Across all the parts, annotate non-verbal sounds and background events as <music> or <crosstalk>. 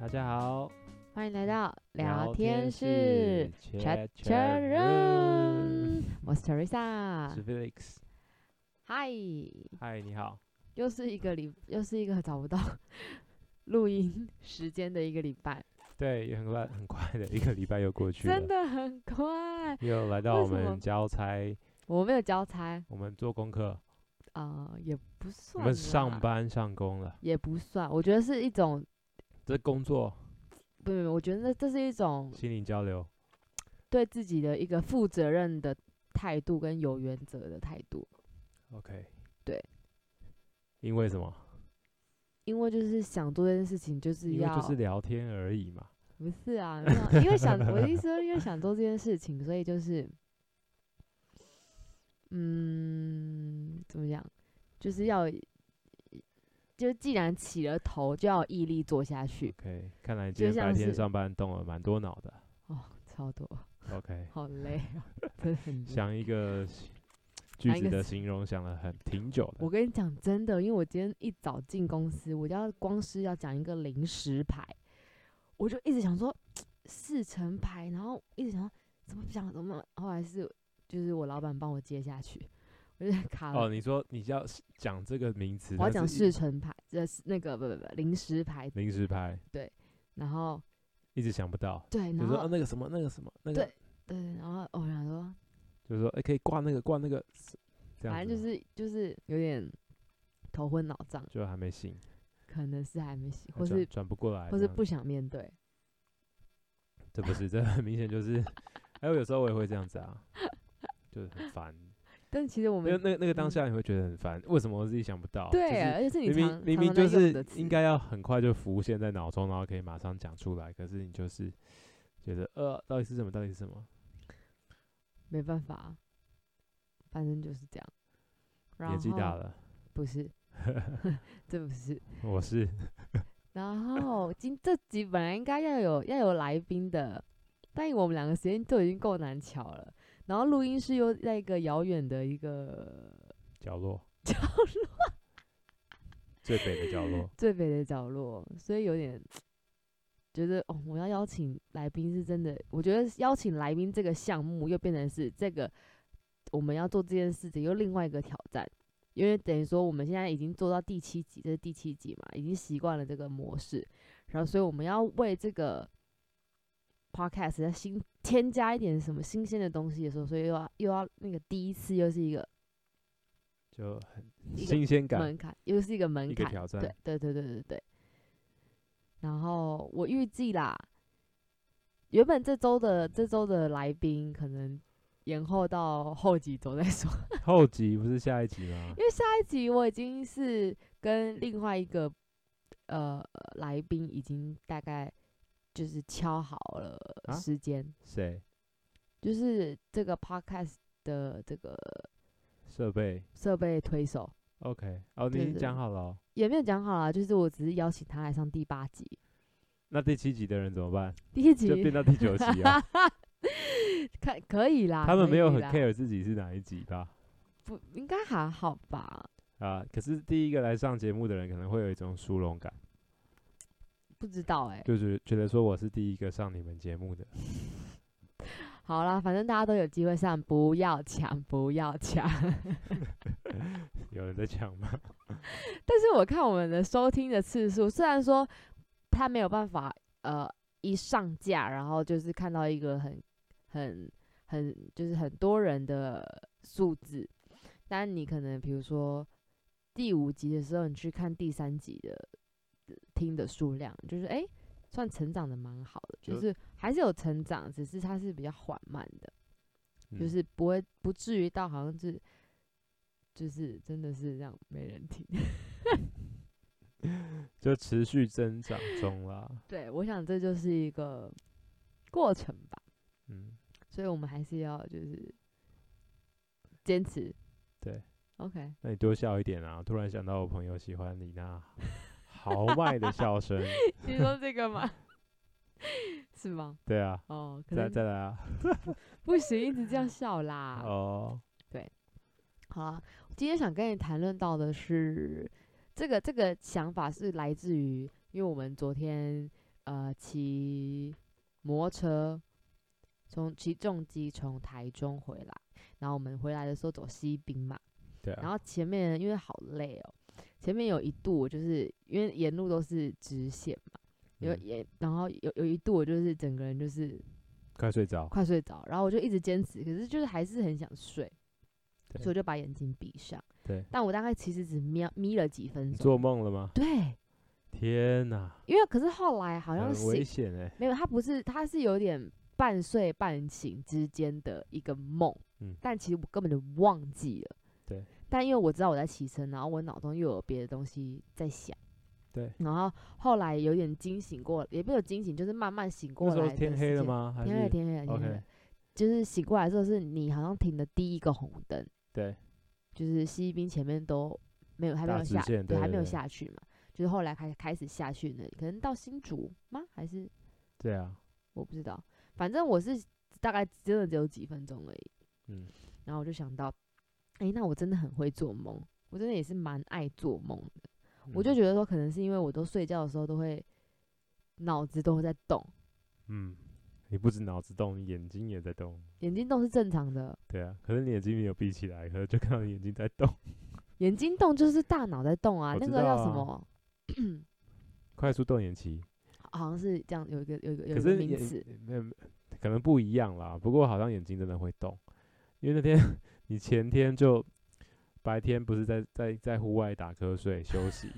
大家好，欢迎来到聊天天室 Chat Chat Room， Room，我是我 Teresa 是。Felix。嗨，嗨，你好，又是一个礼，又是一个找不到录音时间的一个礼拜，对，也很快很快的一个礼拜又过去了，真的很快。又来到我为什么们交差，我没有交差，我们做功课，呃，也不我算。们上班上工了，也不算，我觉得是一种，这工作不不，不我觉得这是一种心灵交流，对自己的一个负责任的态度跟有原则的态度。 OK，对，因为什么？因为就是想做这件事情，就是因为要就是聊天而已嘛。不是啊，没有啊因为想我的意思说，因为想做这件事情，所以就是，嗯，怎么讲，就是要，就既然起了头，就要有毅力做下去。 OK，看来你就今天白像天是上班动了蛮多脑 <laughs> 的。哦，超多， OK，好累啊，真的很累。想一 <laughs> 个句想一子个的词形容，想了很挺久的我。跟你讲真的，因为我今天一早进公司，我就要光是要讲一个零食牌，我就一直想说四成牌，然后一直想说怎么想怎么，后来是就是我老板帮我接下去，我就卡了。哦，你说你要讲这个名词，我要但讲是四成牌，这是那个不不不零食牌，临时拍，然后一直想不到，对，就然说、啊、后那个什么那个什么那个对，对，然后我想说，就是说哎、可以挂那个挂那个，这样反子正就吗是就是有点头昏脑胀，就还没醒，可能是还没醒，还或转是转不过来这样或子，是不想面对，这不是这很明显就是，还有有时候我也会这样子啊， <laughs> 就是很烦，但其实我因们为那个那个当嗯下你会觉得很烦，为什么我自己想不到？就对，是而且是你明常明明明常常在就用是的词应该要很快就浮现在脑中，然后可以马上讲出来，可是你就是觉得呃，到底是什么？到底是什么？没办法，反正就是这样。然年纪大后了，不 <laughs> 是，这不是。我是 <laughs> 然后今这集本来应该要有要有来宾的，但我们两个时间都已经够难巧了。然后录音室又在一个遥远的一个角 <laughs> 落，最北的角落，最北的角落，所以有点觉得哦，我要邀请来宾是真的。我觉得邀请来宾这个项目又变成是这个我们要做这件事情又另外一个挑战，因为等于说我们现在已经做到第七集，这是第七集嘛，已经习惯了这个模式，然后所以我们要为这个 podcast 要新添加一点什么新鲜的东西的时候，所以又要又要那个第一次又是一个 <laughs> 就很一个新鲜感，门槛，又是一个门一个槛，挑战。对对对对对对。然后我预计啦，原本这周的这周的来宾可能延后到后几周再说。 <laughs> 后集不是下一集吗？因为下一集我已经是跟另外一个呃来宾已经大概就是敲好了啊时间，谁？就是这个 podcast 的这个设备设备推手？OK，哦，你对已经对讲好了哦。也没有讲好啦，就是我只是邀请他来上第八集，那第七集的人怎么办？第一集就变到第九集 <laughs> 啊？可可以啦，他们可没有以很啦 care 自己是哪一集吧？不应该还好吧？啊，可是第一个来上节目的人可能会有一种殊荣感。不知道哎、就是觉得说我是第一个上你们节目的， <laughs> 好啦，反正大家都有机会上，不要抢，不要抢。有人在抢吗？但是我看我们的收听的次数，虽然说他没有办法，呃，一上架然后就是看到一个很、很、很，就是很多人的数字，但你可能比如说第五集的时候，你去看第三集的呃听的数量，就是诶，算成长的蛮好的，就就是还是有成长，只是它是比较缓慢的。就嗯是不会不至于到好像是，就是真的是让没人听。就持续增长中啦。对，我想这就是一个过程吧，嗯，所以我们还是要就是坚持。对 <laughs> ，OK，那你多笑一点啊！突然想到我朋友喜欢你那豪迈的笑声，你说这个吗？ <laughs> 是吗？对啊，哦， <laughs> 可再能再来啊，不行，一直这样笑啦。哦，好啊，今天想跟你谈论到的是，这个这个想法是来自于，因为我们昨天呃骑摩托车从骑重机从台中回来，然后我们回来的时候走西滨嘛，对啊，然后前面因为好累哦，前面有一度我就是因为沿路都是直线嘛，有嗯也然后有有一度我就是整个人就是快睡着，快睡着，然后我就一直坚持，可是就是还是很想睡，对所以我就把眼睛闭上。对，但我大概其实只眯眯了几分你钟。做梦了吗？对，天哪，因为可是后来好像很危醒，险哎，没有，他不是，他是有点半睡半醒之间的一个梦。嗯但其实我根本就忘记了。对。但因为我知道我在骑车，然后我脑中又有别的东西在想。对。然后后来有点惊醒过，也没有惊醒，就是慢慢醒那过时来候的天时黑了间？吗？还天黑了，是天黑了，天黑 OK？了。就是醒过来之后，是你好像停的第一个红灯，对，就是西滨前面都没有，还没大有直下，线对还没对有对下去嘛。就是后来开开始下去呢，可能到新竹吗？还是对啊，我不知道，反正我是大概真的只有几分钟而已。嗯，然后我就想到，诶，那我真的很会做梦，我真的也是蛮爱做梦的。我就嗯觉得说，可能是因为我都睡觉的时候都会脑子都会在动，嗯，你不止脑子动，你眼睛也在动。眼睛动是正常的，对啊，可是你眼睛没有闭起来，可是就看到你眼睛在动。 <laughs> 眼睛动就是大脑在动啊，我那知个叫道什啊么？快速动眼期，好像是这样，有一个有一个可有一个是名眼词，没有可能不一样啦。不过好像眼睛真的会动，因为那天 <laughs> 你前天就白天不是在在在户外打瞌睡休息，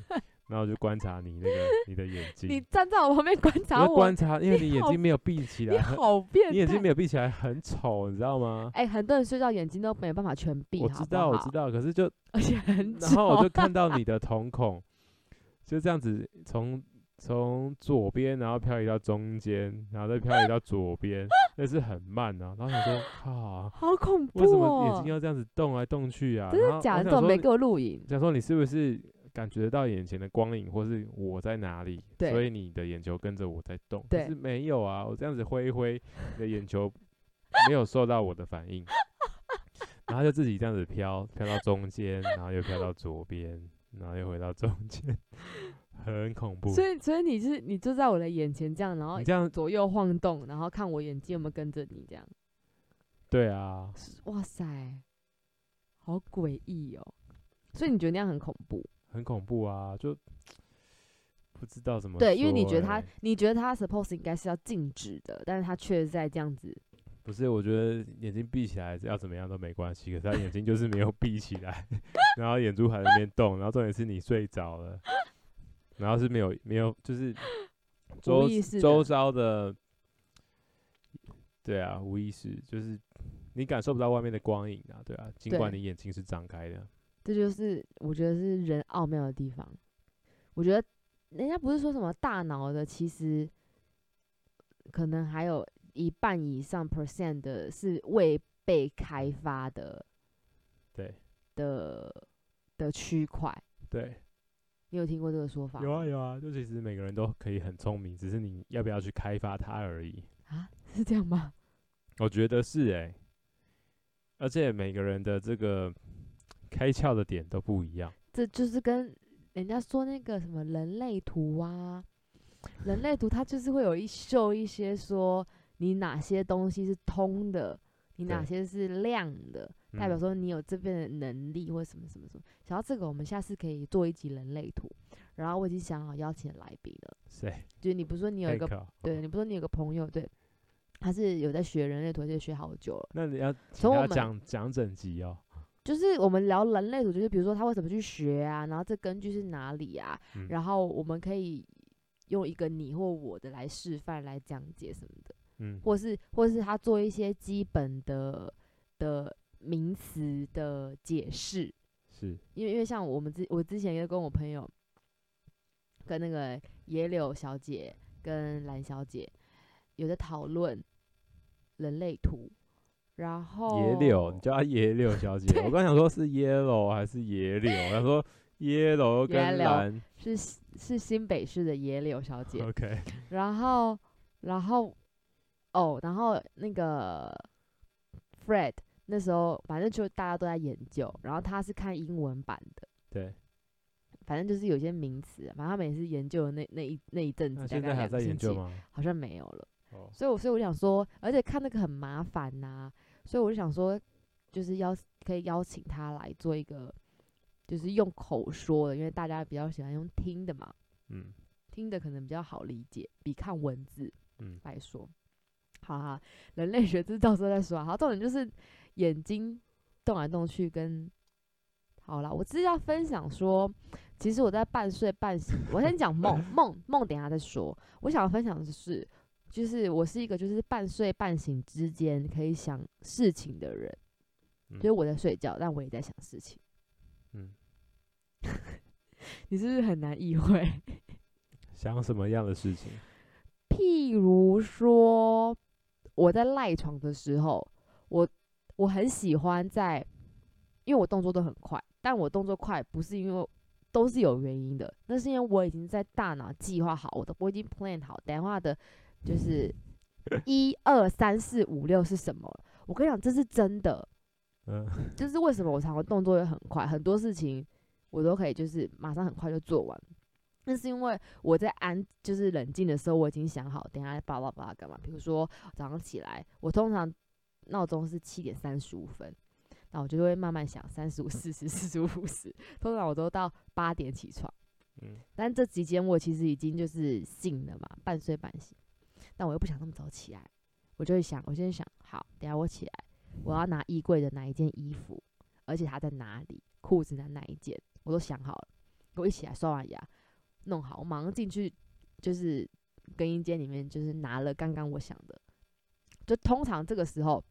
然后我就观察你那个你的眼睛， <laughs> 你站在我旁边观我察就我，观察，因为你你眼好睛没有闭起你来，很好变态！你眼睛没有闭起来很丑，你知道吗？哎、很多人睡觉眼睛都没有办法全闭，我好知不道，我好知，道，可是就而且 <laughs> 很然后我丑就看到你的瞳孔就这样子从从左边，然后漂移到中间，然后再漂移到左边，那是很慢啊。然后想说，靠，好恐怖、哦！为什么眼睛要这样子动来动去啊？真然的后假我的？想怎么没说给我录影？想说你是不是感觉得到眼前的光影，或是我在哪里？对所以你的眼球跟着我在动。对可是没有啊，我这样子挥一挥，你的眼球没有受到我的反 <laughs> 应，然后就自己这样子飘，飘到中间，然后又飘到左边，然后又回到中间，很恐怖。所以，所以你是你就在我的眼前这样，然后哦你这样左右晃动，然后看我眼睛有没有跟着你这样。对啊，哇塞，好诡异哦！所以你觉得那样很恐怖？很恐怖啊，就不知道怎么对，因为你说觉得他欸，你觉得他 suppose 应该是要静止的，但是他却在这样子。不是，我觉得眼睛闭起来要怎么样都没关系，可是他眼睛就是没有闭起来， <laughs> 然后眼珠还在那边动，然后重点是你睡着了，然后是没有没有就是周意识的周遭的，对啊，无意识就是你感受不到外面的光影啊，对啊，尽管对你眼睛是张开的，这就是我觉得是人奥妙的地方。我觉得人家不是说什么大脑的，其实可能还有一半以上 percent 的是未被开发的对的的区块。对，你有听过这个说法吗？有啊有啊，就其实每个人都可以很聪明，只是你要不要去开发它而已。啊， <laughs> 是这样吗？我觉得是哎、而且每个人的这个开窍的点都不一样。这就是跟人家说那个什么人类图啊，人类图它就是会有一秀一些说你哪些东西是通的，你哪对些是亮的，代表嗯说你有这边的能力或什么什么什么。想到这个，我们下次可以做一集人类图。然后我已经想好邀请的来宾了，谁？就是你不是说你有一个 Hank 哦对，你不是说你有个朋友对，他是有在学人类图，而且学好久了。那你要请从我他们讲讲整集哦。就是我们聊人类图，就是比如说他为什么去学啊，然后这根据是哪里啊，嗯然后我们可以用一个你或我的来示范、来讲解什么的，嗯，或是或是他做一些基本的的名词的解释，是因为因为像我们之我之前也跟我朋友跟那个野柳小姐跟蓝小姐有在讨论人类图，然后野柳，你叫她野柳小姐。我刚想说是 yellow 还是野柳，他说 <laughs> yellow 跟 Yellow 蓝。是是新北市的野柳小姐， OK，然后，然后，哦，然后那个 Fred 那时候，反正就大家都在研究，然后他是看英文版的，对，反正就是有些名词啊，反正他们也是研究了那那一那一阵那子，现嗯大在还概两在个研星期究，吗？好像没有了。哦，所以我所以我想说，而且看那个很麻烦呐、所以我就想说，就是邀可以邀请他来做一个，就是用口说的，因为大家比较喜欢用听的嘛，嗯听的可能比较好理解，比看文字嗯，来说。好哈，人类学这到时候再说啊。好，重点就是眼睛动来动去跟。好啦，我只是要分享说，其实我在半睡半醒。我先讲梦 <laughs> 梦梦，等一下再说。我想要分享的是，就是我是一个就是半睡半醒之间可以想事情的人，嗯就是我在睡觉，但我也在想事情。嗯，你是不是很难意会？想什么样的事情？譬如说，我在赖床的时候，我我很喜欢在，因为我动作都很快，但我动作快不是因为都是有原因的，那是因为我已经在大脑计划好，我的我已经 plan 好，等一下的就是一二三四五六是什么了。我跟你讲，这是真的，嗯，这是为什么我常常动作也很快，很多事情我都可以就是马上很快就做完。那是因为我在安就是冷静的时候，我已经想好等一下巴拉巴拉干嘛。比如说早上起来，我通常闹钟是七点三十五分，那我就会慢慢想三十五、四十、四十五、五十，通常我都到八点起床。嗯，但这期间我其实已经就是醒了嘛，半睡半醒，但我又不想那么早起来，我就会想，我先想，好，等一下我起来，我要拿衣柜的哪一件衣服，而且它在哪里，裤子在哪一件，我都想好了。我一起来刷完牙，弄好，我马上进去就是更衣间里面，就是拿了刚刚我想的。就通常这个时候，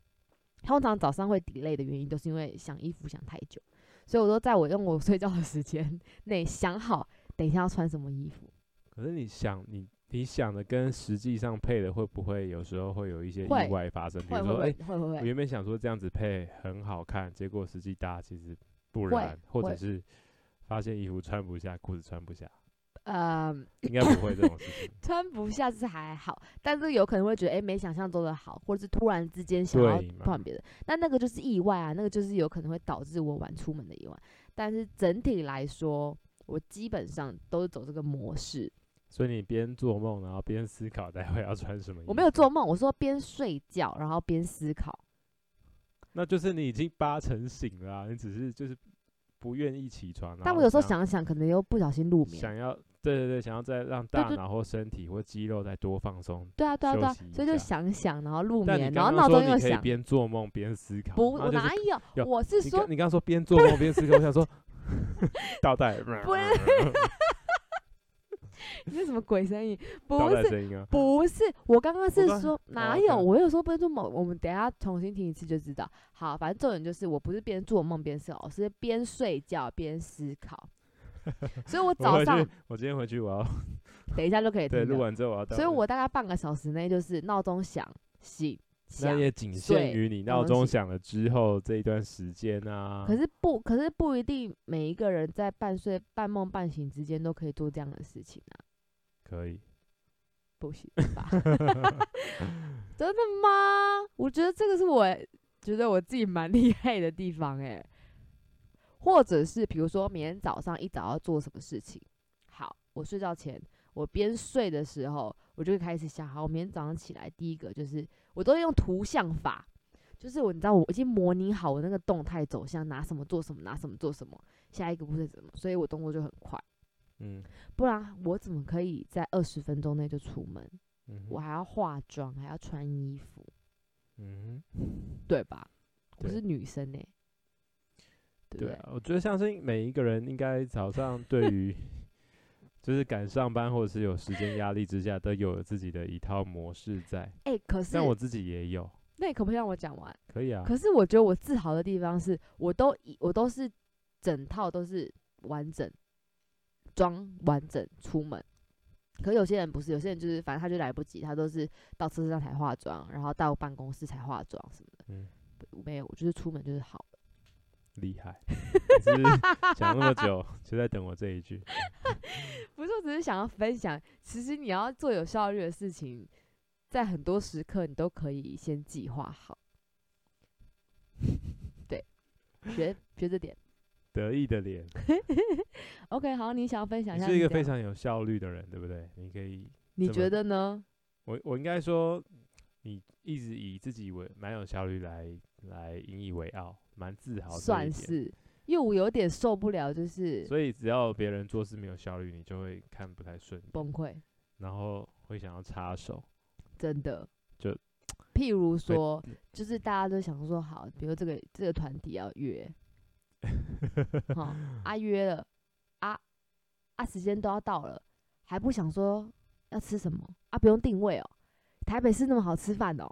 通常早上会 delay 的原因，都是因为想衣服想太久，所以我都在我用我 <laughs> 睡觉的时间内想好等一下要穿什么衣服。可是你想，你你想的跟实际上配的会不会有时候会有一些意会外发生？比会如会说，哎、会会会我会，原本想说这样子配很好看，结果实际搭其实不会然，或者会是发现衣服穿不下，裤子穿不下， <laughs> 呃，应该不会这种事情。穿不下是还好，但是有可能会觉得哎、诶没想象中的好，或者是突然之间想要对嘛换别的，但那个就是意外啊，那个就是有可能会导致我晚出门的意外。但是整体来说，我基本上都是走这个模式。所以你边做梦，然后边思考待会要穿什么衣服。我没有做梦，我说边睡觉然后边思考，那就是你已经八成醒了啊、你只是就是不愿意起床。然但我后有时候想想想，可能又不小心入眠。想要，对对对，想要再让大对脑或身体或肌肉再多放松。对啊，对啊，对啊休息，一所以就下想想，然后入但你眠，然后刚刚闹说钟你又可以响。边做梦边思考，然不，后我就是哪有？有我是你说刚你刚说边做梦边思考，我 <laughs> 想说倒带，不是你是什么鬼声音？<laughs> 不倒带是，声音啊，不是，我刚刚我是刚说哪哦对有？我有说不是做梦，我们等一下重新听一次就知道。好，反正重点就是我不是边做梦边思考，我是边睡觉边思 <laughs> 考。所以我我早回上去，我今天回去我要等一下就可以对听录了，完之后我要倒带，所以我大概半个小时内就是闹钟响醒那响。也仅限睡于你然后闹钟醒响了之后这一段时间啊。可是不，可是不一定每一个人在半睡半梦半醒之间都可以做这样的事情啊，可以，不行吧？ <laughs> 真的吗？我觉得这个是我觉得我自己蛮厉害的地方哎、或者是比如说明天早上一早要做什么事情，好，我睡觉前我边睡的时候，我就会开始想，好，我明天早上起来第一个就是我都会用图像法，就是我你知道我已经模拟好我那个动态走向，拿什么做什么，拿什么做什么，下一个步骤怎么，所以我动作就很快，嗯不然我怎么可以在二十分钟内就出门？嗯我哼还要化妆，还要穿衣服，嗯哼，对吧？我对是女生呢、欸对不对对？啊，我觉得相信每一个人应该早上对 <laughs> 于就是赶上班或者是有时间压力之下，都有自己的一套模式在。哎、可是但我自己也有，那你可不可以让我讲完？可以啊，可是我觉得我自豪的地方是，我都以我都是整套都是完整装完整出门。可有些人不是，有些人就是反正他就来不及，他都是到车上才化妆，然后到办公室才化妆什么的。嗯不没有，我就是出门就是好了。厉害。你是不是讲那么久，就在等我这一句。不是，我只是想要分享，其实你要做有效率的事情，在很多时刻你都可以先 <laughs> 计划好。对，学学这点。得意的脸。 OK，好，你想要分享一你下？是一个非，常有效率的人，对不对？你可以，你怎觉么得呢？我我应该说，你一直以自己为蛮有效率来来引以为傲，蛮自豪这一算点。是，因为我有点受不了，就是所以只要别人做事没有效率，你就会看不太顺眼，崩溃，然后会想要插手。真的。就嗯譬如会说，就是大家都想说好，比如这个这个团体要 <laughs> 约，好啊约了，啊啊时间都要到了，还不想说要吃什么啊？不用定位哦，台北市那么好吃饭哦。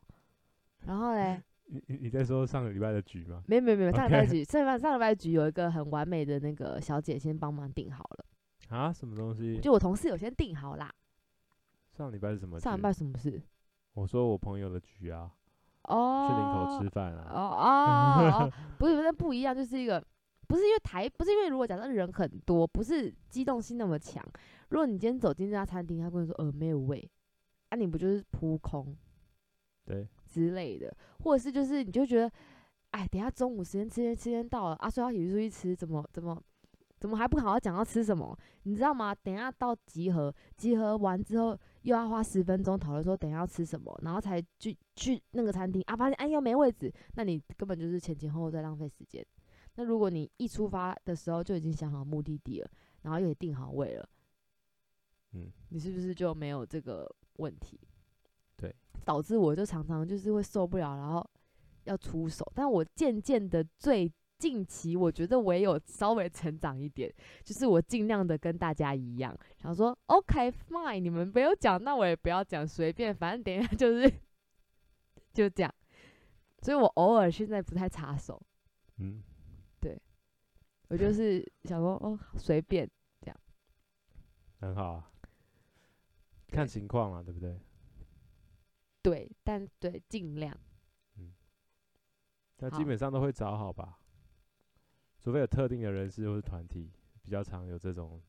然后嘞，你你你在说上个礼拜的局吗？没有没有没有，上礼拜 OK 局上礼拜上礼拜局有一个很完美的那个小姐先帮忙订好了，啊，什么东西？就我同事有先订好啦。上礼拜是什么局？上礼拜什么事？我说我朋友的局啊，哦，去林口吃饭啊。哦哦，哦不是，那不一样，就是一个，不是因为台，不是因为如果假设人很多，不是机动性那么强。如果你今天走进这家餐厅，他跟你说呃没有位，啊你不就是扑空对，之类的，或者是就是你就觉得，哎，等一下中午时间吃间时间到了啊，说要一起出去吃，怎么怎么怎么还不好好讲要吃什么，你知道吗？等一下到集合，集合完之后又要花十分钟讨论说等一下要吃什么，然后才去去那个餐厅啊，发现哎又没位置，那你根本就是前前后后在浪费时间。那如果你一出发的时候就已经想好目的地了，然后又也定好位了，嗯，你是不是就没有这个问题？对，导致我就常常就是会受不了，然后要出手。但我渐渐的最近期，我觉得我也有稍微成长一点，就是我尽量的跟大家一样，想说 OK fine，你们没有讲，那我也不要讲，随便，反正等一下 <laughs> 就是就这样。所以我偶尔现在不太插手，嗯，我就是想说哦随便，很好啊，看情况嘛，对不对？对，但对尽量。 <laughs> 但基好本上都会找好吧，除非有特定的人士或是团体比较常有这 <laughs> 种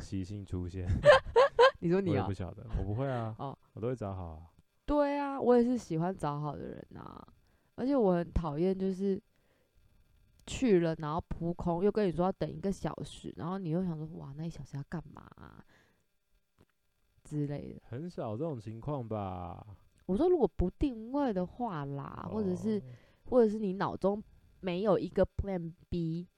习性出现。你说我你也哦，不，晓得，我不会啊哦我都会找好啊。对啊，我也是喜欢找好的人啊，而且我很讨厌就是去了然后扑空，又跟你说要等一个小时，然后你又想说哇那一小时要干嘛、啊、之类的。很少这种情况吧？我说如果不定位的话啦，啊或者是哦或者是你脑中没有一个 Plan B，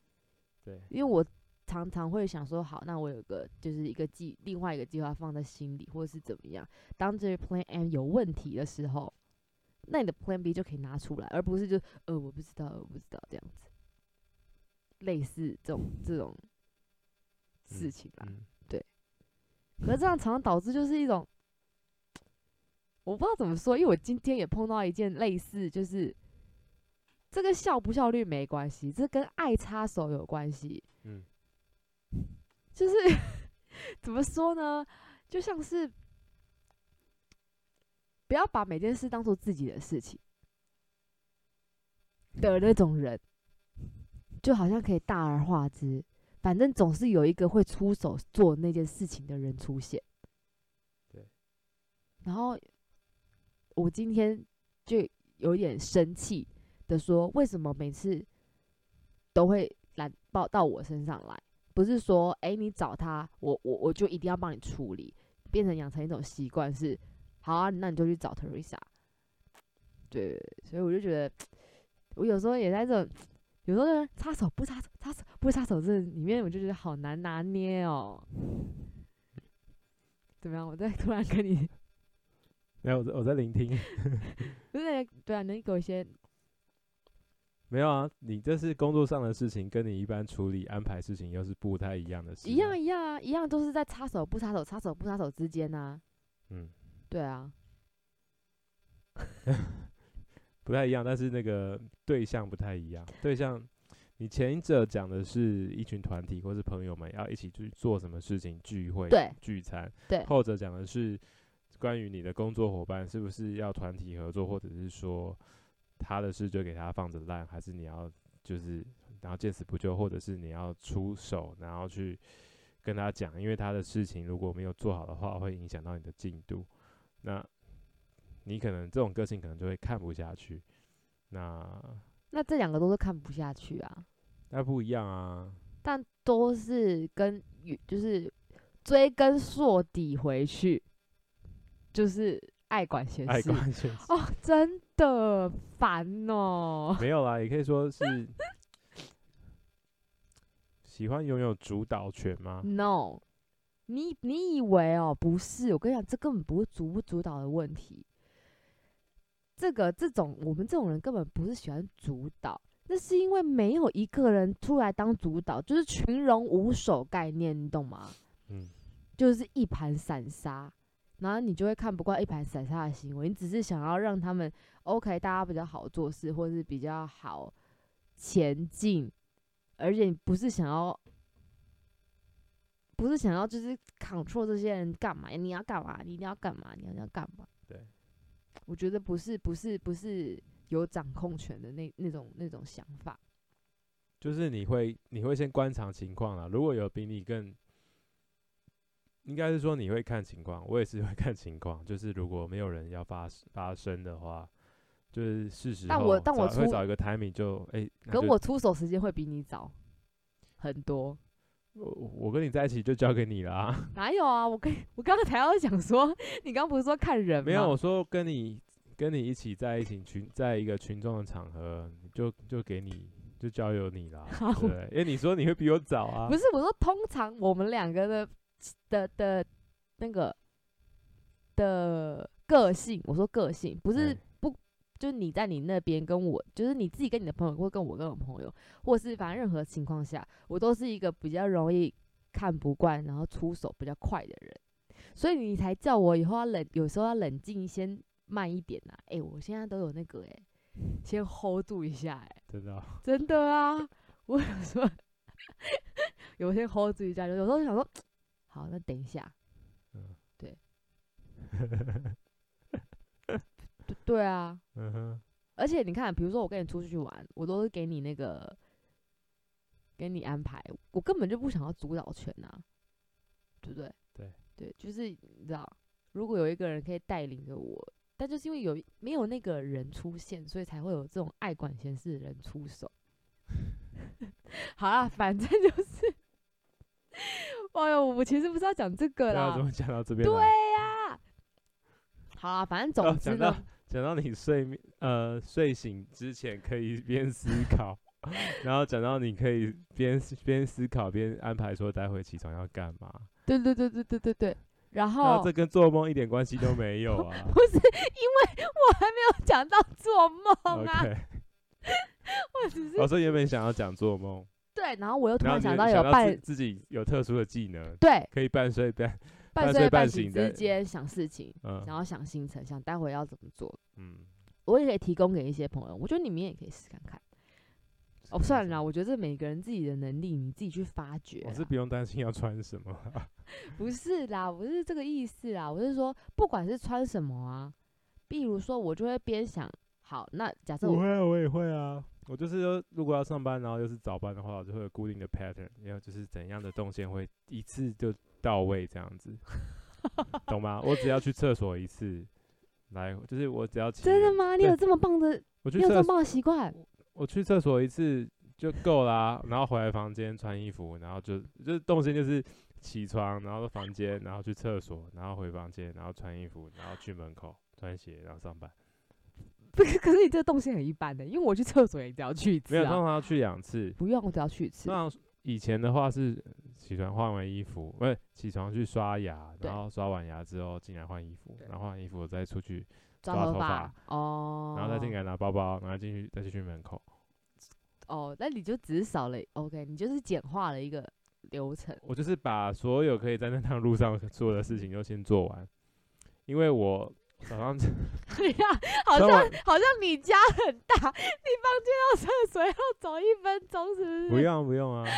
对，因为我常常会想说，好，那我有个就是一个计，另外一个计划放在心里，或者是怎么样。当这个 Plan M 有问题的时候，那你的 Plan B 就可以拿出来，而不是就呃我不知道，我不知道这样子，类似这种这种事嗯情啦。嗯，可是这样常常导致就是一种，我不知道怎么说，因为我今天也碰到一件类似，就是这跟效不效率没关系，这跟爱插手有关系。嗯，就是 <laughs> 怎么说呢，就像是不要把每件事当做自己的事情的那种人，就好像可以大而化之，反正总是有一个会出手做那件事情的人出现。对。然后我今天就有点生气的说，为什么每次都会懒报到我身上来？不是说，哎、你找他，我我我就一定要帮你处理，变成养成一种习惯是，好啊，那你就去找 Teresa。对，所以我就觉得，我有时候也在这种，有时候呢插手不插手，插手不插手这里面，我就觉得好难拿捏哦。怎么样？我在 <laughs> 突然跟你，没有，我在我在聆听。 <laughs> 不是对啊，能给我一些没有啊，你这是工作上的事情，跟你一般处理安排事情又是不太一样的事。一样，一样啊，一样都是在插手不插手、插手不插手之间呐、嗯，对啊，不太一样，但是那个对象不太一样。对象，你前者讲的是一群团体或是朋友们要一起去做什么事情，聚会、对聚餐。对后者讲的是关于你的工作伙伴是不是要团体合作，或者是说他的事就给他放着烂，还是你要就是然后见死不救，或者是你要出手，然后去跟他讲，因为他的事情如果没有做好的话，会影响到你的进度。那你可能这种个性可能就会看不下去。那那这两个都是看不下去啊。那不一样啊，但都是跟与就是追根溯底回去，就是爱管闲爱事管闲事。哦，真的烦哦。 <laughs> 没有啦，也可以说是喜欢拥有主导权吗？ No，你你以为哦，不是？我跟你讲，这根本不是主不主导的问题。这个这种我们这种人根本不是喜欢主导，那是因为没有一个人出来当主导，就是群龙无首概念，你懂吗？嗯，就是一盘散沙，然后你就会看不惯一盘散沙的行为，你只是想要让他们 OK，大家比较好做事，或是比较好前进，而且你不是想要，不是想要就是 control 这些人干嘛？你要干嘛？你一定要干嘛？你要要干嘛？对，我觉得不是不是不是有掌控权的那那种那种想法，就是你会你会先观察情况啦，如果有比你更，应该是说你会看情况，我也是会看情况，就是如果没有人要发发生的话，就是事实但我但我会出找一个 timing 就哎、那可就我出手时间会比你早很多。我我跟你在一起就交给你啦，哪有啊？我跟我刚刚才要讲说，你刚刚不是说看人吗？没有我说跟你跟你一起在一起群在一个群众的场合，就就给你就交由你 <laughs> 啦，对不对，因为你说你会比我早啊，不是我说，通常我们两个的的的那个的个性，我说个性不是哎就是你在你那边跟我，就是你自己跟你的朋友，或跟我跟我朋友，或是反正任何情况下，我都是一个比较容易看不惯，然后出手比较快的人，所以你才叫我以后要冷，有时候要冷静，先慢一点呐、啊。哎、我现在都有那个哎、先 hold 住一下哎、真的哦、真的啊，我有时候有些 hold 住一下，有时候就想说，好，那等一下，嗯对 <laughs> 对对啊，嗯哼，而且你看，比如说我跟你出去玩，我都是给你那个给你安排，我根本就不想要主导权啊，对不对？对对，就是你知道，如果有一个人可以带领着我，但就是因为有没有那个人出现，所以才会有这种爱管闲事的人 <laughs> 出手。好啦，反正就是，哎呦，我其实不是要讲这个那啦啊怎，么讲到这边对来？呀、好啦，反正哦总讲之呢，到讲到你睡眠呃睡醒之前可以边思 <laughs> 考，然后讲到你可以边思边思考边安排说待会起床要干嘛，对对对对对对对，然那后这跟做梦一点关系都没有 <laughs> 啊。不是因为我还没有讲到做梦啊 OK，我只是、我说原本想要讲做梦，对，然后我又突然后然你想就到有想到自半自己有特殊的技能，对可以半睡 <laughs> 半半半睡睡半醒醒的之间想事情，嗯然后想行程，想待会要怎么做，嗯，我也可以提供给一些朋友，我觉得你们也可以试看看。哦，算了啦，我觉得这每个人自己的能力，你自己去发掘啦。我是不用担心要穿什么啊，不是啦，我是这个意思啦，我是说，不管是穿什么啊，比如说我就会边想，好，那假设我我会啊，我也会啊。我就是说，如果要上班，然后又是早班的话，我就会有固定的 pattern，然后就是怎样的动线会一次就到位这样 <laughs> 子，懂吗？我只要去厕所一次，来，就是我只要起真的来？吗？你对有这么棒的，我去你有这么厕所，棒的习惯？我去厕所一次就够啦，然后回来房间穿衣服，然后就就是动线就是起床，然后到房间，然后去厕所，然后回房间，然后穿衣服，然后去门口穿鞋，然后上班。不是， <laughs> 可是你这个动线很一般的，因为我去厕所也只要去一次没有，通啊，常要啊去两次，不用我只要去一次。那以前的话是起床换完衣服，不是起床去刷牙，对然后刷完牙之后进来换衣服，对然后换衣服我再出去，抓抓头头发哦，然后再进来拿包包，然后进去再进去门口。哦，那你就只是少了 OK，你就是简化了一个流 <laughs> 程。 <laughs> 我就是把所有可以在那趟路上做的事情都先做完，因为我早上 <laughs> 你看，好当像然好像你家很大，你房间要厕所要走一分钟，是不是？不用不用啊。 <laughs>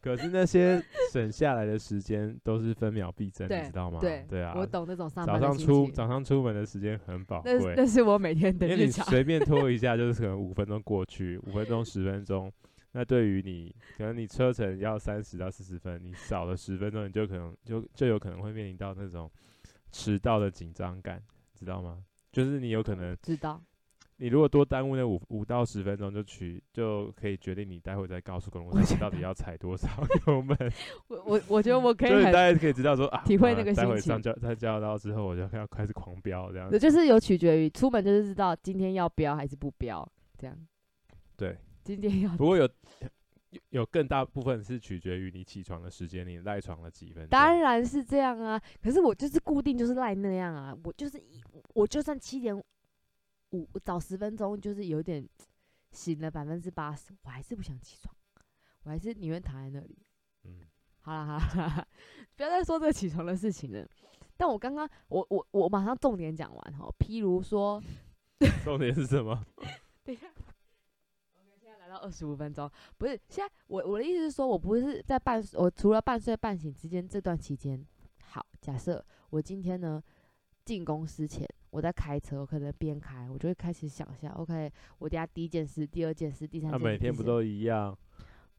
可是那些省下来的时间都是分秒必争，你对知道吗？对啊，我懂那种上早班的上心出情早上出门的时间很宝那贵，是那是我每天的因为日你常。随便拖一下，就是可能五分钟过去，五分钟、十分钟。那对于你，可能你车程要三十到四十分，你少了十分钟，你就可能就就有可能会面临到那种迟到的紧张感，知道吗？就是你有可能知道，你如果多耽误那五五到十分钟，就取就可以决定你待会在高速公路我上觉你到底要踩多少油门，我我我觉得我可就以是大很，家可以知道说啊，体完会那了个待心会情上交在交流道之后，我就要开始狂飙这样对子。就是有取决于出门就是知道今天要标还是不标，这样对，今天 <laughs> 要。不过有有有更大部分是取决于你起床的时间，你赖床了几分钟。当然是这样啊，可是我就是固定就是赖那样啊，我就是一我就算七点五早十分钟，就是有点醒了百分之八十，我还是不想起床，我还是宁愿躺在那里。嗯，好啦好啦好啦， <laughs> 不要再说这个起床的事情了。但我刚刚我我我马上重点讲完哈，譬如说，重点是什 <laughs> 么？等一下。OK，现在来到二十五分钟，不是现在我我的意思是说，我不是在半我除了半睡半醒之间这段期间，好，假设我今天呢进公司前我在开车，我可能边开我就会开始想一下，OK，我等下第一件事、第二件事、第三他件事，啊每天第不四都一样？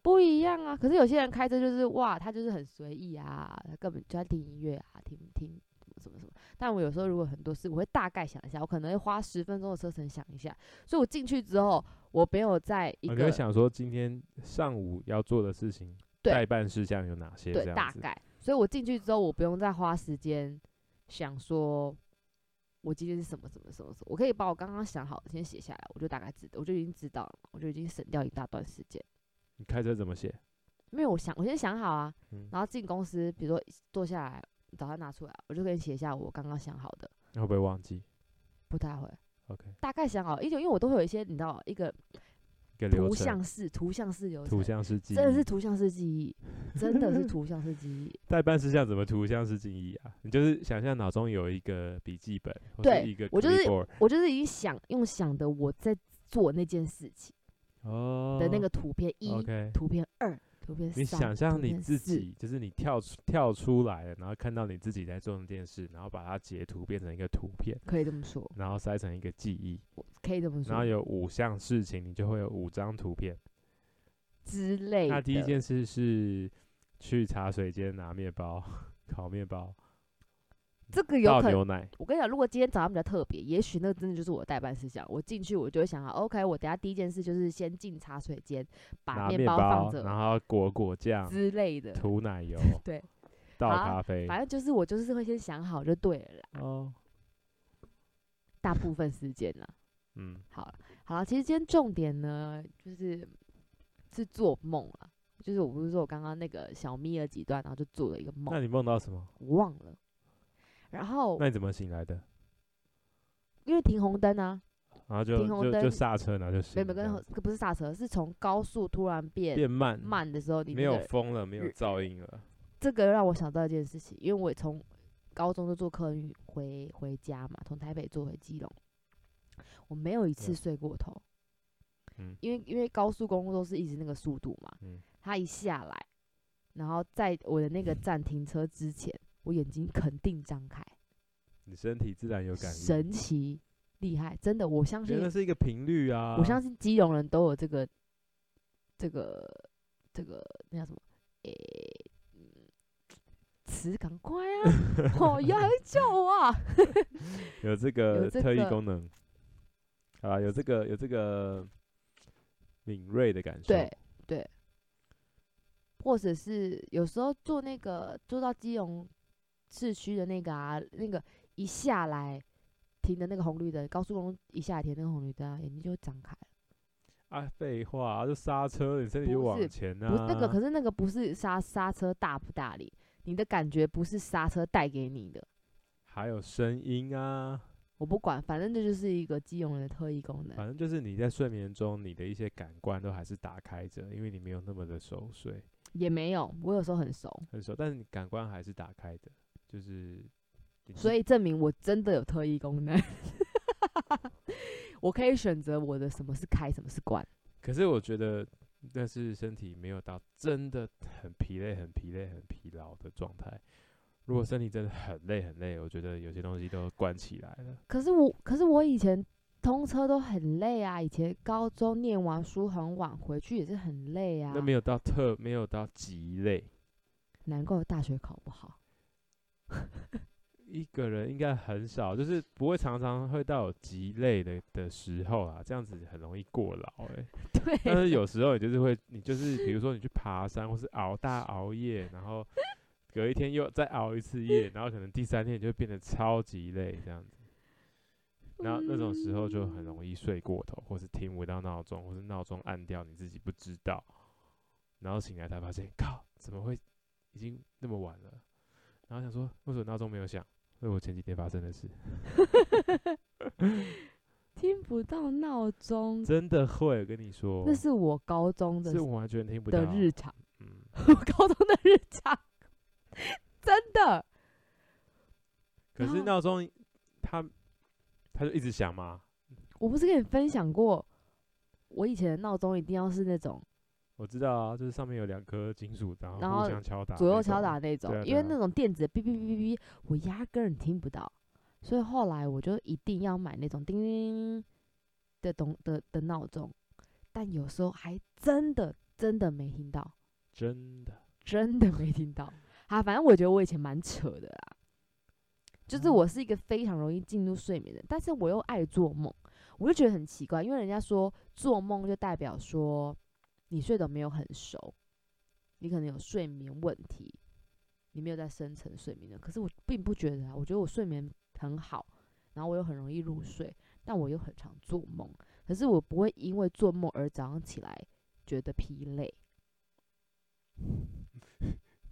不一样啊。可是有些人开车就是哇，他就是很随意啊，他根本就在听音乐啊，听听什么什么。但我有时候如果很多事，我会大概想一下，我可能会花十分钟的车程想一下。所以我进去之后，我没有在一我个、就哦会想说，今天上午要做的事情，对代办事项有哪些？这对样大子。概，所以我进去之后，我不用再花时间想说。我今天是什么什么什么什么？我可以把我刚刚想好的先写下来，我就大概知，我就已经知道了，我就已经省掉一大段时间。你开车怎么写？没有，我想我先想好啊，嗯，然后进公司，比如说坐下来，早上拿出来，我就可以写一下我刚刚想好的，会不会忘记不太会， ？OK，大概想好，因为因为我都会有一些你知道一个一个流图程，像式图像式流程，图像是记忆，真的是图像式记忆，真的是图像式记忆，代办事项怎么图像是记忆啊？你就是想象脑中有一个笔记本，或是对一个我就是 clipboard 我就是已经想用想的我在做那件事情哦的那个图片一、 OK。图片二、图片三，你想象图你片自四己，就是你跳出跳出来了，然后看到你自己在做那件事，然后把它截图变成一个图片，可以这么说，然后塞成一个记忆，我可以这么然后说有五项事情，你就会有五张图片。之类的。那第一件事是去茶水间拿面包，烤面包，这个有倒可能牛奶，我跟你讲，如果今天早上比较特别，也许那真的就是我的代办事项。我进去，我就会想好，OK，我等下第一件事就是先进茶水间，把拿面面包放着然后裹果酱，之类的。，涂奶油对，倒好咖啡。反正就是我就是会先想好就对了啦，哦，大部分时间啦。嗯，好了，好了，其实今天重点呢，就是是做梦了。就是我不是说我刚刚那个小咪的几段，然后就做了一个那梦，你梦到什么？我忘了。然后那你怎么醒来的？因为停红灯啊，然后就停红就就灯刹车，然后就醒没了有没这有样跟子，不是刹车，是从高速突然变变慢，慢的时候，你没那个有人风了，没有日噪音了。这个让我想到一件事情，因为我也从高中就坐客运回回家嘛，从台北坐回基隆，我没有一次嗯睡过头，嗯因为因为高速公路都是一直那个速度嘛，嗯它一下来，然后在我的那个站停车之前，我眼睛肯定张开，你身体自然有感应，神奇厉害，真的，我相觉信得是一个频率啊。我相信基隆人都有这个这个这个那叫什么？诶、嗯词赶快啊！ <laughs> 哦，要还会叫我啊！有这个这特异个功能，好吧，有这个有这个敏锐的感受。对对，或者是有时候坐那个坐到基隆市区的那个啊，那个一下来停的那个红绿灯，高速公路一下来停那个红绿灯啊，眼睛就张开了。啊，废话、就刹车，你身体就不是往前啊。不是那个，可是那个不是刹刹车大不大力，你的感觉不是刹车带给你的。还有声音啊，我不管，反正这就是一个基隆人的特异功能。反正就是你在睡眠中，你的一些感官都还是打开着，因为你没有那么的熟睡，也没有，我有时候很熟，很熟，但是你感官还是打开的，就是你所记以证明我真的有特异功能。 <laughs> 我可以选择我的什么是开，什么是关。可是我觉得那是身体没有到真的很疲累、很疲累、很疲劳的状态。如果身体真的很累很累，我觉得有些东西都关起来了。可是我，可是我以前通车都很累啊，以前高中念完书很晚回去也是很累啊那。没有到特，没有到极累， <laughs> 难怪我大学考不好，一个人应该很少，就是不会常常会到有极累的的时候啊，这样子很容易过劳哎、对，但是有时候你就是会，你就是比如说你去爬山，或是熬大熬夜，然后隔一天又再熬一次夜，然后可能第三天你就会变得超级累这样子。然后那种时候就嗯很容易睡过头，或是听不到闹钟，或是闹钟按掉你自己不知道，然后醒来才发现，靠，怎么会已经那么晚了？然后想说，为什么闹钟没有响？这是我前几天发生的事，听不到闹钟，真的会跟你说，那是我高中的哦是完全听不到的日常， <laughs> 嗯，我高中的日常， <laughs> 真的。可然是后闹钟它它就一直响嘛，我不是跟你分享过，我以前的闹钟一定要是那种我知道啊，就是上面有两颗金属，然然后互后相敲打，左右敲打，那种，对啊对因为啊那种电子的哔哔哔哔，我压根儿听不到，所以后来我就一定要买那种叮叮的东的的闹钟，但有时候还真的真的没听到，真的，真的没听到啊！反正我觉得我以前蛮扯的啦，就是我是一个非常容易进入睡眠的人，但是我又爱做梦，我就觉得很奇怪，因为人家说做梦就代表说你睡得没有很熟，你可能有睡眠问题，你没有在深层睡眠的。可是我并不觉得啊，我觉得我睡眠很好，然后我又很容易入睡，但我又很常做梦，可是我不会因为做梦而早上起来觉得疲累。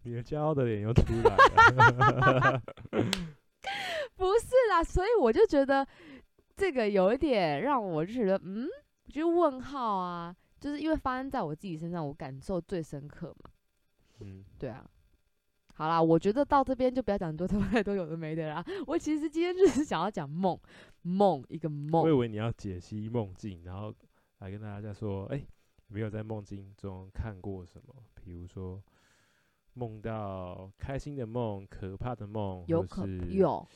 你的骄傲的脸又出来了， <laughs> 不是啦，所以我就觉得这个有一点让我就觉得，嗯，就是问号啊，就是因为发生在我自己身上，我感受最深刻嘛。嗯，对啊，好啦，我觉得到这边就不要讲多太多太多有的没的啦。 <laughs> 我其实今天就是想要讲梦，梦一个我以 <laughs> 梦，为你要解析梦境，然后来跟大家说，哎、有没有在梦境中看过什么？比如说梦到开心的梦、可怕的梦，有或可是有，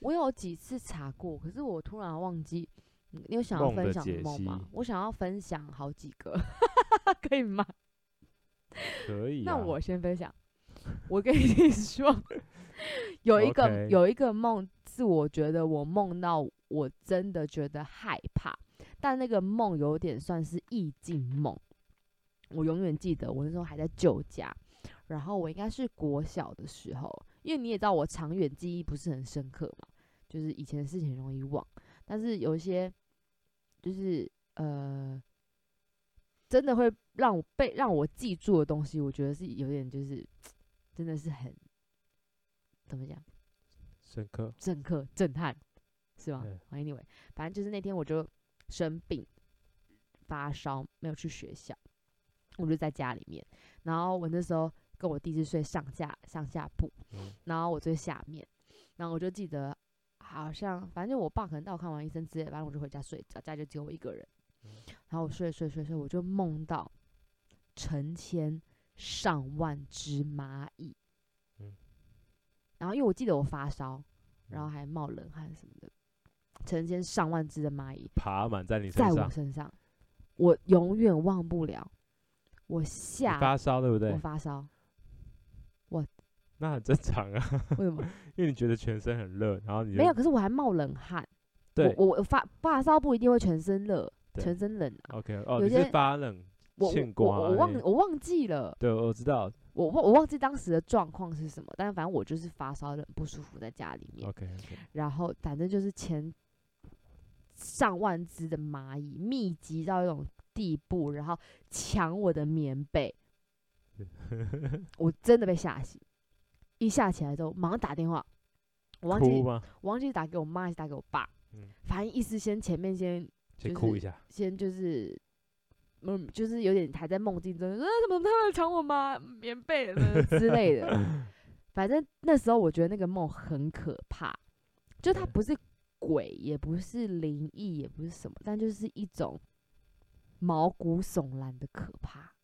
我有几次查过，可是我突然忘记。你你有想要梦的分享解梦吗析？我想要分享好几个， <laughs> 可以吗？可以、啊。那我先分享，我跟你说，有一个 OK 有一个梦是我觉得我梦到我真的觉得害怕，但那个梦有点算是意境梦。我永远记得我那时候还在旧家，然后我应该是国小的时候，因为你也知道我长远记忆不是很深刻嘛，就是以前的事情很容易忘，但是有一些就是呃，真的会让我被让我记住的东西，我觉得是有点就是真的是很怎么讲？深刻，嗯震刻、震撼，是吗对好？Anyway，反正就是那天我就生病，发烧，没有去学校，我就在家里面。然后我那时候跟我弟是睡上下上下铺，嗯，然后我最下面，然后我就记得好像反正我爸可能带我看完医生之类的，反正我就回家睡觉，家就只有我一个人。嗯然后我睡睡睡睡，我就梦到成千上万只蚂蚁，嗯然后因为我记得我发烧，然嗯后还冒冷汗什么的，成千上万只的蚂蚁爬满在你身在我上，身上，我永远忘不了。我你吓，发烧对不我对？<laughs> 发烧，那很正常啊， <laughs> 为什么？因为你觉得全身很热，然后你就没有，可是我还冒冷汗。对我我我发发烧不一定会全身热，对全身冷啊。 OK 哦，有你是些发冷，我我欠我瓜欸我忘嘞我忘记了，对，我知道我忘我忘记当时的状况是什么，但反正我就是发烧的很不舒服在家里面， ，OK OK，然后反正就是前上万只的蚂蚁密集到一种地步，然后抢我的棉 <laughs> 被，我真的被吓醒。一吓起来之后，马上打电话，我忘记哭吗？我忘记打给我妈还是打给我爸，嗯反正意思先前面先先就哭是一下，先就是，嗯，就是有点还在梦境中，呃，怎么他们抢我妈棉被了之 <laughs> 类的。反正那时候我觉得那个梦很可怕，就它对不是鬼，也不是灵异，也不是什么，但就是一种毛骨悚然的可怕。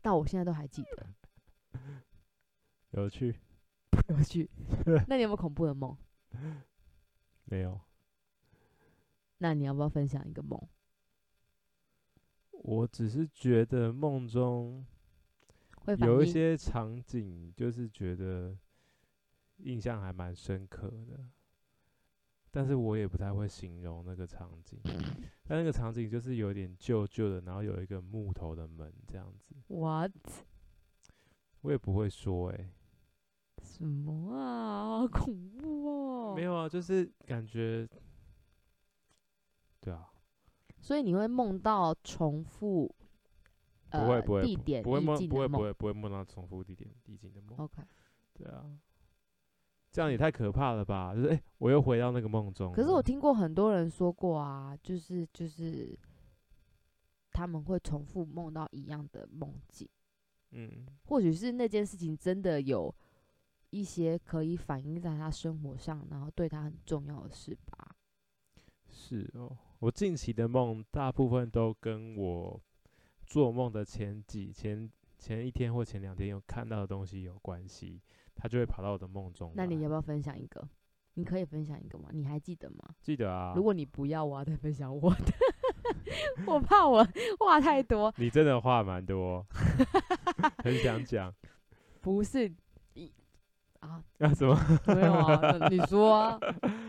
到我现在都还记得，有趣不 <laughs> 有趣。那你有没有恐怖的梦？没有？那你要不要分享一个梦？我只是觉得梦中会反有一应些场景，就是觉得印象还蛮深刻的，但是我也不太会形容那个场 <laughs> 景。但那个场景就是有点旧旧的，然后有一个木头的门这样子， what 我也不会说欸诶、什么啊，好恐怖哦！没有啊，就是感觉，对啊，所以你会梦到重复，呃，不会不会地不点不会意梦境不会的不梦哦会不会梦到重复地点地景的梦， OK。对啊，这样也太可怕了吧？就是哎、诶我又回到那个梦中了。可是我听过很多人说过啊，就是就是他们会重复梦到一样的梦境，嗯，或许是那件事情真的有一些可以反映在他生活上，然后对他很重要的事吧。啊是哦，我近期的梦大部分都跟我做梦的前几前前一天或前两天有看到的东西有关系，它就会跑到我的梦中来。那你要不要分享一个？你可以分享一个吗？你还记得吗？记得啊？如果你不要，我要再分享我的， <laughs> 我怕我话 <laughs> 太多。你真的话蛮 <laughs> 多，很想讲不是，一啊，啊？什么？没有啊，你说啊，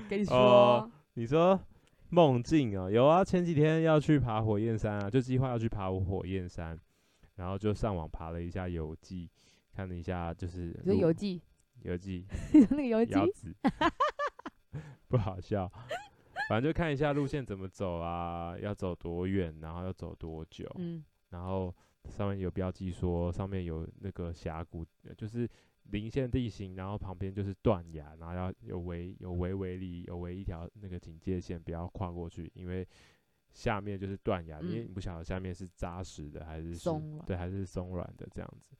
跟你说哦啊，你说梦境哦，有啊，前几天要去爬火焰山啊，就计划要去爬火焰山，然后就上网爬了一下游记，看了一下就是你说路游记，游记你说 <laughs> 那个游记，腰子， <laughs> 不好笑，反正就看一下路线怎么走啊，要走多远，然后要走多久，嗯，然后上面有标记说上面有那个峡谷，呃就是零线地形，然后旁边就是断崖，然后要有围有围围篱，有围一条那个警戒线，不要跨过去，因为下面就是断崖，因为嗯你不晓得下面是扎实的还是是松软对，还是松软的这样子。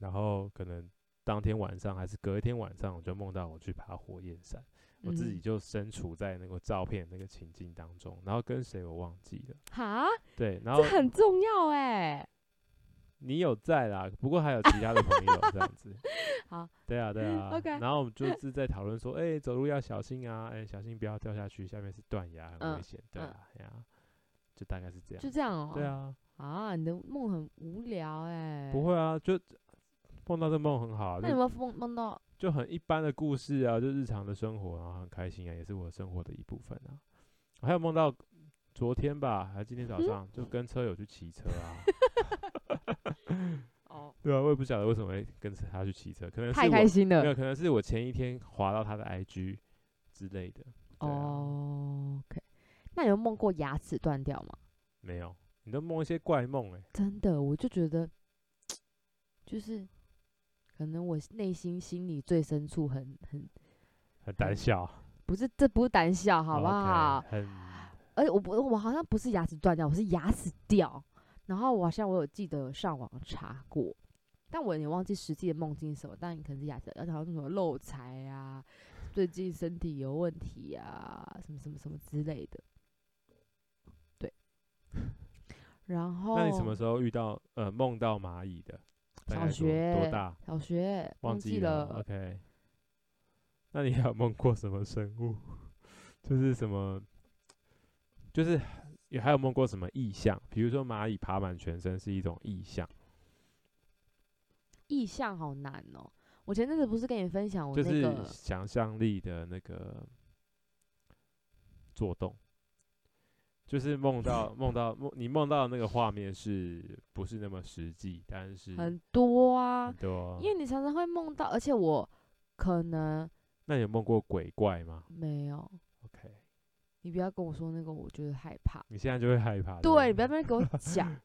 然后可能当天晚上还是隔一天晚上，我就梦到我去爬火焰山。我自嗯己就身处在那个照片那个情境当中，然后跟谁我忘记了，哈，对，然后这很重要哎、。你有在啦，不过还有其他的朋友这样子 <laughs> 好，对啊，对啊。 OK 然后我们就是在讨论说，哎、走路要小心啊，哎、小心不要掉下去，下面是断崖，很危嗯险。对嗯啊，哎呀、就大概是这样就。这样哦、对啊，啊，你的梦很无聊哎、不。会啊，就碰到这梦很好啊，那就有没有梦梦到？就很一般的故事啊，就日常的生活，然后很开心啊，也是我生活的一部分啊。我还有梦到昨天吧，还是今天早嗯上，就跟车友去骑车啊。 <laughs> 哦，对啊，我也不晓得为什么会跟他去骑车，可能是太我开心没了有，可能是我前一天滑到他的 IG 之类的。对啊，哦。OK，那有梦过牙齿断掉吗？没有，你都梦一些怪梦哎、真的，我就觉得，就是可能我内心心里最深处很很很胆嗯小，不是，这不是胆小，嗯好不哦 OK，好？哦很而哎且我不，我好像不是牙齿断掉，我是牙齿掉。然后我好像我有记得上网查过，但我有点忘记实际的梦境是什么。但可能是牙齿，而且好像什么漏财啊，最近身体有问题啊，什么什么什么之类的。对，然后 <laughs> 那你什么时候遇到呃梦到蚂蚁的？大小概多多学大？小学忘记了。OK，那你还有梦过什么生物？ <laughs> 就是什么？就是也还有梦过什么意象？比如说蚂蚁爬满全身是一种意象，意象好难哦。我前阵子不是跟你分享我就哦那是个想象力的那个做动，就是梦到梦到梦，你梦到的那个画面是不是那么实际？但是很多啊很，多，因为你常常会梦到，而且我可能那你有梦过鬼怪吗没有。 ？OK，你不要跟我说那个，我觉得害 <laughs> 怕。你现在就会害怕。对，你不不要在那边给我 <laughs> 讲，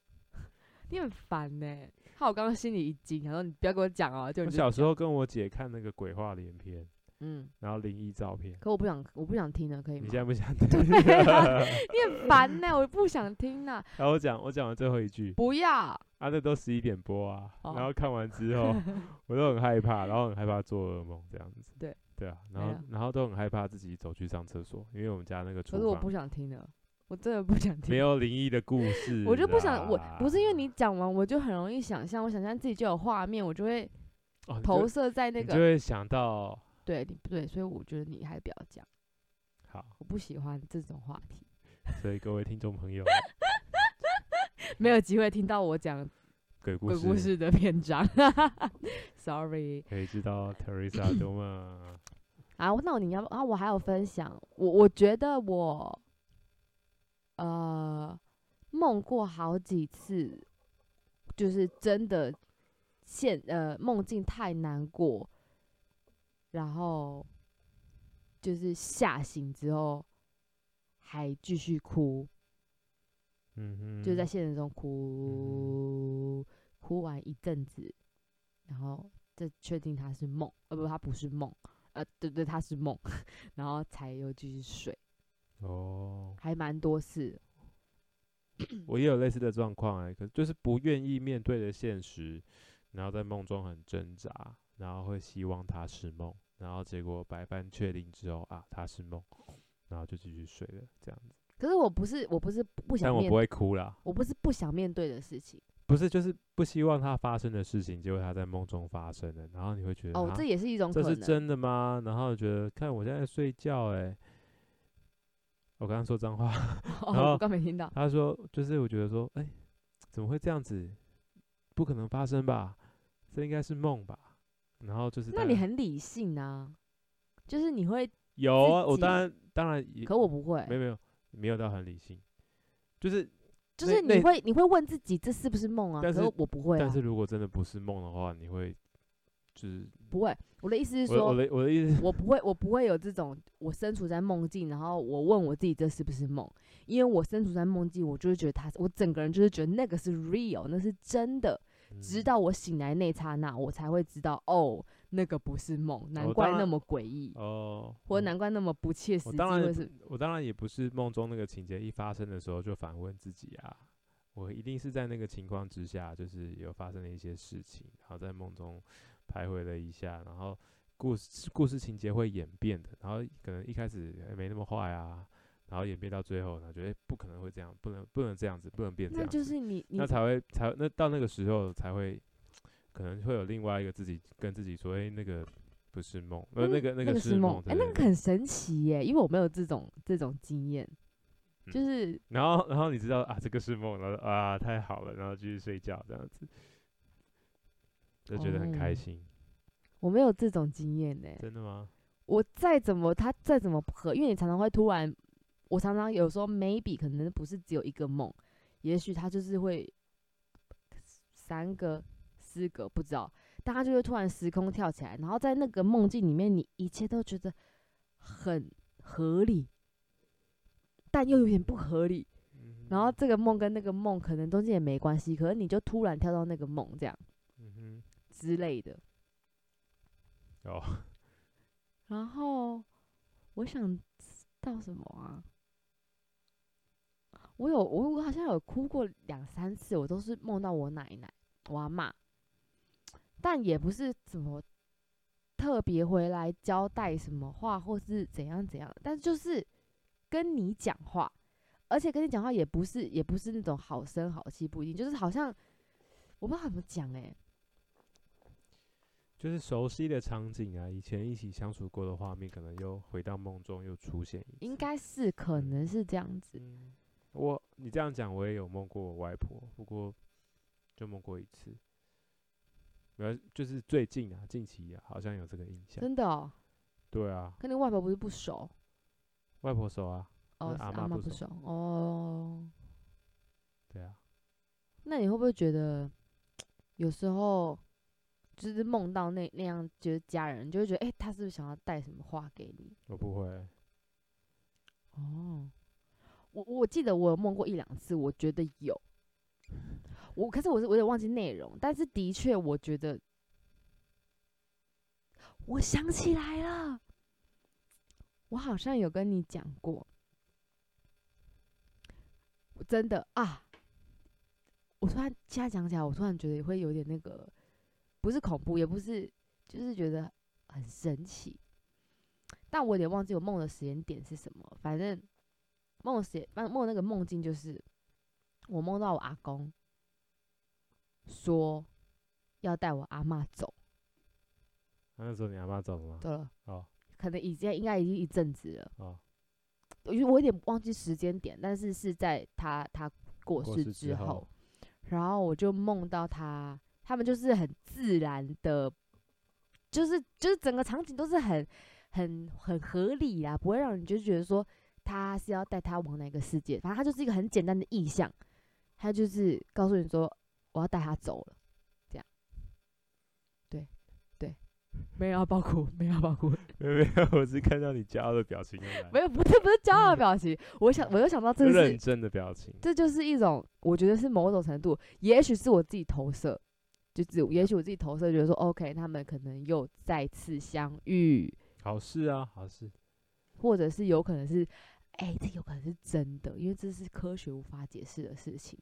你很烦呢、害我刚刚心里一惊，想说你不要给我讲哦、就我你就小时讲，候跟我姐看那个鬼话连篇，嗯，然后灵异照片。可我不想，我不想听了，可以你吗啊现？ <laughs> 在不想听？你 <laughs> 很烦呢、我不想听了，然后我讲，我讲完最后一句，不要。啊，那都十一点播啊。哦然后看完之 <laughs> 后，我都很害怕，然后很害怕做噩梦这样子。对对啊，没然后了然后都很害怕自己走去上厕所，因为我们家那个厨可是我房不想听了，我真的不想听。没，有灵异的 <laughs> 故事，我就不想，我不是因为你讲完，我就很容易想象，我想象自己就有画面，我就会哦你就投射在那你就个。会想到对，你不对，所以我觉得你还是不要讲，好，我不喜欢这种话题。 <laughs> 所以各位听众朋友，没有机会听到我讲鬼故鬼故事事的篇章， <laughs> ，sorry 可以知道 <coughs> Teresa 多么啊。那你要啊，我还有分享，我我觉得我呃梦过好几次，就是真的现呃梦境太难过，然后就是吓醒之后还继续哭。嗯哼，就在现实中哭，哭完一阵子，然后再确定它是梦，呃，不，它不是梦，呃，对对，它是梦， <laughs> 然后才又继续睡，哦，还蛮多次。我也有类似的状况哎，可就是不愿意面对的现实，然后在梦中很挣扎，然后会希望它是梦，然后结果白班确定之后啊，它是梦，然后就继续睡了这样子。可是我不是，我不是不但想我面不，会哭啦，我不是不想面对的事情。不是就是不希望它发生的事情，结果它在梦中发生了，然后你会觉得哦啊，这也是一种这可是能。真的吗？然后觉得看我现在睡觉哎、我刚刚说脏话。然哦，后我刚没听到。他说，就是我觉得说，哎、怎么会这样子？不可能发生吧？这应该是梦吧？然后就是那当你然很理性啊，就是你会，有啊，我己当然当然也可我不会没，有没有没有到很理性，就是就那是那你会你会问自己这是不是梦啊？但可是我不会但啊是，如果真的不是梦的话，你会就是不会。我的意思是我的说我，的我的意思，我不会，我不会有这种我身处在梦境，然后我问我自己这是不是梦，因为我身处在梦境，我就是觉得它是，我整个人就是觉得那个是 real，那是真的。直嗯到我醒来那一刹那，我才会知道，哦，那个不是梦，难哦当怪然那么诡异，哦，或嗯难怪那么不切实我际，当然或也是不我当然也不是梦中那个情节一发生的时候就反问自己啊，我一定是在那个情况之下，就是有发生了一些事情，然后在梦中徘徊了一下，然后故事故事情节会演变的，然后可能一开始哎没那么坏啊，然后演变到最后，然后觉得哎不可能会这样，不能不能这样子，不能变这那样子，就是你你那才会才那到那个时候才会可能会有另外一个自己跟自己说，哎那个。不是梦，呃，那个嗯那个是是梦，对哎，对那对个很神奇耶，因为我没有这种这种经验，就嗯是然后，然后你知道啊，这个是梦，然后啊，太好了，然后继续睡觉这样子，就觉得很开哦心。我没有这种经验呢。真的吗？我再怎么他再怎么不合，因为你常常会突然，我常常有时候 maybe 可能不是只有一个梦，也许他就是会三个、四个不知道，但他就会突然时空跳起来，然后在那个梦境里面，你一切都觉得很合理，但又有点不合理。然后嗯这个梦跟那个梦可能中间也没关系，可是你就突然跳到那个梦这样嗯之类的。哼，哦，然后我想知道什么啊？我有我我好像有哭过两三次，我都是梦到我奶奶、我阿嬷，但也不是怎么特别回来交代什么话或是怎样怎样，但就是跟你讲话，而且跟你讲话也不是也不是那种好声好气，不一定，就是好像我不知道怎么讲哎、就是熟悉的场景啊，以前一起相处过的画面，可能又回到梦中又出现一次。应该是可嗯能是这样子，嗯，我你这样讲，我也有梦过我外婆，不过就梦过一次。没有，就是最近啊，近期啊，好像有这个印象。真的哦、对啊，跟你外婆不是不熟。外婆熟啊，哦，跟是阿阿嬷妈不不熟熟哦。对啊，那你会不会觉得有时候就是梦到那那样，就是家人，你就会觉得，哎、他是不是想要带什么话给你？我不会。啊哦，我我记得我有梦过一两次，我觉得有。我可是我是我有点忘记内容，但是的确我觉得，我想起来了，我好像有跟你讲过，我真的啊，我突然现在讲起来，我突然觉得会有点那个，不是恐怖，也不是，就是觉得很神奇。但我有点忘记我梦的时间点是什么，反正梦的时间，反正梦那个梦境就是我梦到我阿公说要带我阿嬷走，啊那时候你阿妈走了吗？对了，哦可能已经应该已经一阵子了，哦，因为我有点忘记时间点，但是是在他他过过世世之之后后，然后我就梦到他，他们就是很自然的就是就是整个场景都是很很很合理啊啦，不会让人就觉得说他是要带他往哪个世界，反正他就是一个很简单的意象，他就是告诉你说我要带他走了，这样，对对，没有要爆哭，没有要爆哭， <laughs> 没有没有，我是看到你骄傲的表情而已，没有不是不是骄傲的表情，我想我又想到这是认真的表情。这就是一种，我觉得是某种程度，也许是我自己投射，就只也许我自己投射，觉得说，OK，他们可能又再次相遇，好事啊，好事。或者是有可能是，哎、这有可能是真的，因为这是科学无法解释的事情，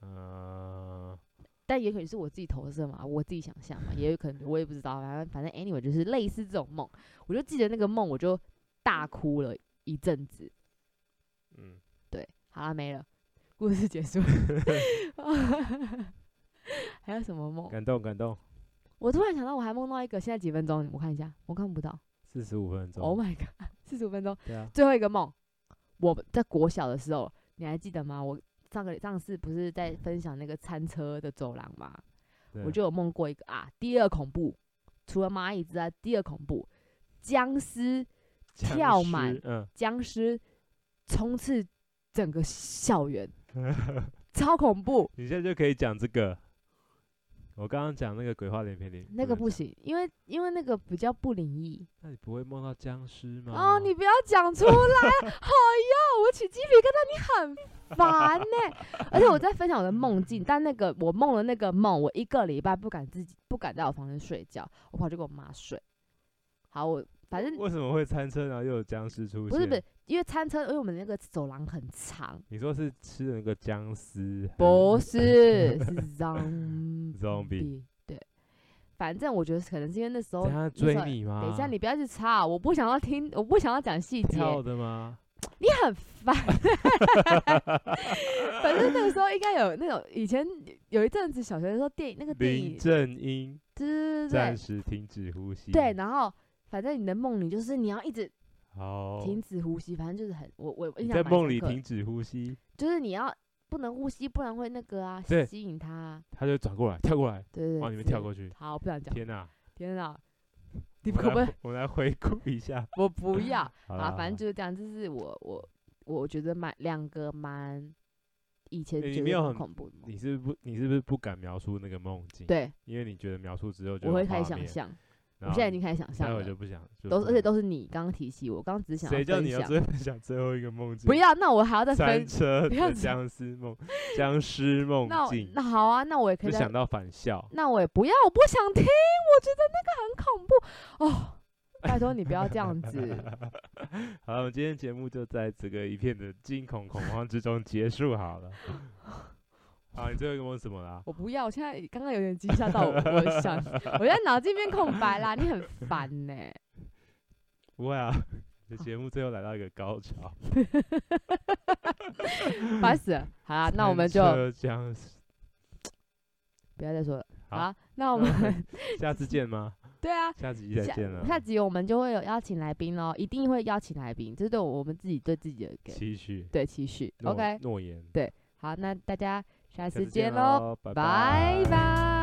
嗯、但也可能是我自己投射嘛，我自己想象嘛，也有可能我也不知道，反正反正 anyway 就是类似这种梦，我就记得那个梦，我就大哭了一阵子，嗯，对，好了，没了，故事结束。 <laughs> 还有什么梦？感动感动。我突然想到，我还梦到一个，现在几分钟？我看一下，我看不到。四十五分钟。 Oh my <laughs> god，四十五分钟，对啊，最后一个梦。我在国小的时候，你还记得吗？我上个上次不是在分享那个餐车的走廊吗？对我就有梦过一个啊，第二恐怖，除了蚂蚁之外，第二恐怖，僵尸僵跳尸满嗯，僵尸冲刺整个校园，超恐怖。你现在就可以讲这个。我刚刚讲那个鬼话连篇里，那个能不讲，行，因为因为那个比较不灵异，那你不会梦到僵尸吗？哦，你不要讲出 <laughs> 来，好哟，我起鸡皮疙瘩，你很烦呢、 <laughs> 而且我在分享我的梦境，但那个我梦了那个梦，我一个礼拜不敢自己不敢在我房间睡觉，我跑去跟我妈睡。好，我反正为什么会餐车，然后又有僵尸出现？不是不是，，因为餐车，因为我们那个走廊很长，你说是吃的那个僵尸？不 <laughs> 是是 zombie Zombie 对，反正我觉得可能是因为那时候等下那时追候你吗？等一下，你不要去吵，我不想要听，我不想要讲细节。跳的吗？你很烦。 <laughs> 反正那个时候应该有那种以前有一阵子小学的时候电影那个电林影，正英对对对暂时停止呼吸。对对，然后反正你的梦里就是你要一直好，停止呼吸，反正就是很我我我哦你印象在蛮梦深里刻的停，止呼吸，就是你要不能呼吸，不然会那个啊对吸引他啊，他就转过来，跳过来，对对对，往你们之类跳的过去。好，我不想讲，天哪！天 <laughs> 哪！你我可不来可以？我来回顾一 <laughs> 下。我不要 <laughs> 好啦啊，反正就是这样。这是我我我觉得蛮两个蛮以前欸你觉没有得蛮很恐怖的梦，你是不，你是不是不敢描述那个梦境？，对，因为你觉得描述之后就我会有开画始想面，象，我然现后在已经开始想你象待会了，就不想，就都不是而且想都是你刚刚提起我，刚刚只是想谁叫分你要享，最后讲最后一个梦境？不要，那我还要再三分，车不要的讲僵尸 <laughs> 梦，僵尸梦那我境那，好啊，那我也可就以再想，到返校。那我也不要，我不想听，我觉得那个很恐怖哦，拜托你不要这样 <laughs> 子，好了，我们今天节目就在这个一片的惊恐恐慌之中结束好 <laughs> 了。好，你最后一个梦是什么啊啦？我不要，我现在刚刚有点惊吓到我，我想，我现在脑筋变空白啦，你很烦呢、不会啊，你的节目最后来到一个高 <laughs> 潮。烦死了，好啦，啊那我们就三车僵尸，不要再说了，好好啊，那我们 <laughs> 下次见吗？对啊，下集再下见了。下集我们就会有邀请来宾喽，一定会邀请来宾，这是对我们自己对自己的给期许对期许。诺 OK，诺言，好，那大家下下次次见见喽，咯，拜拜拜。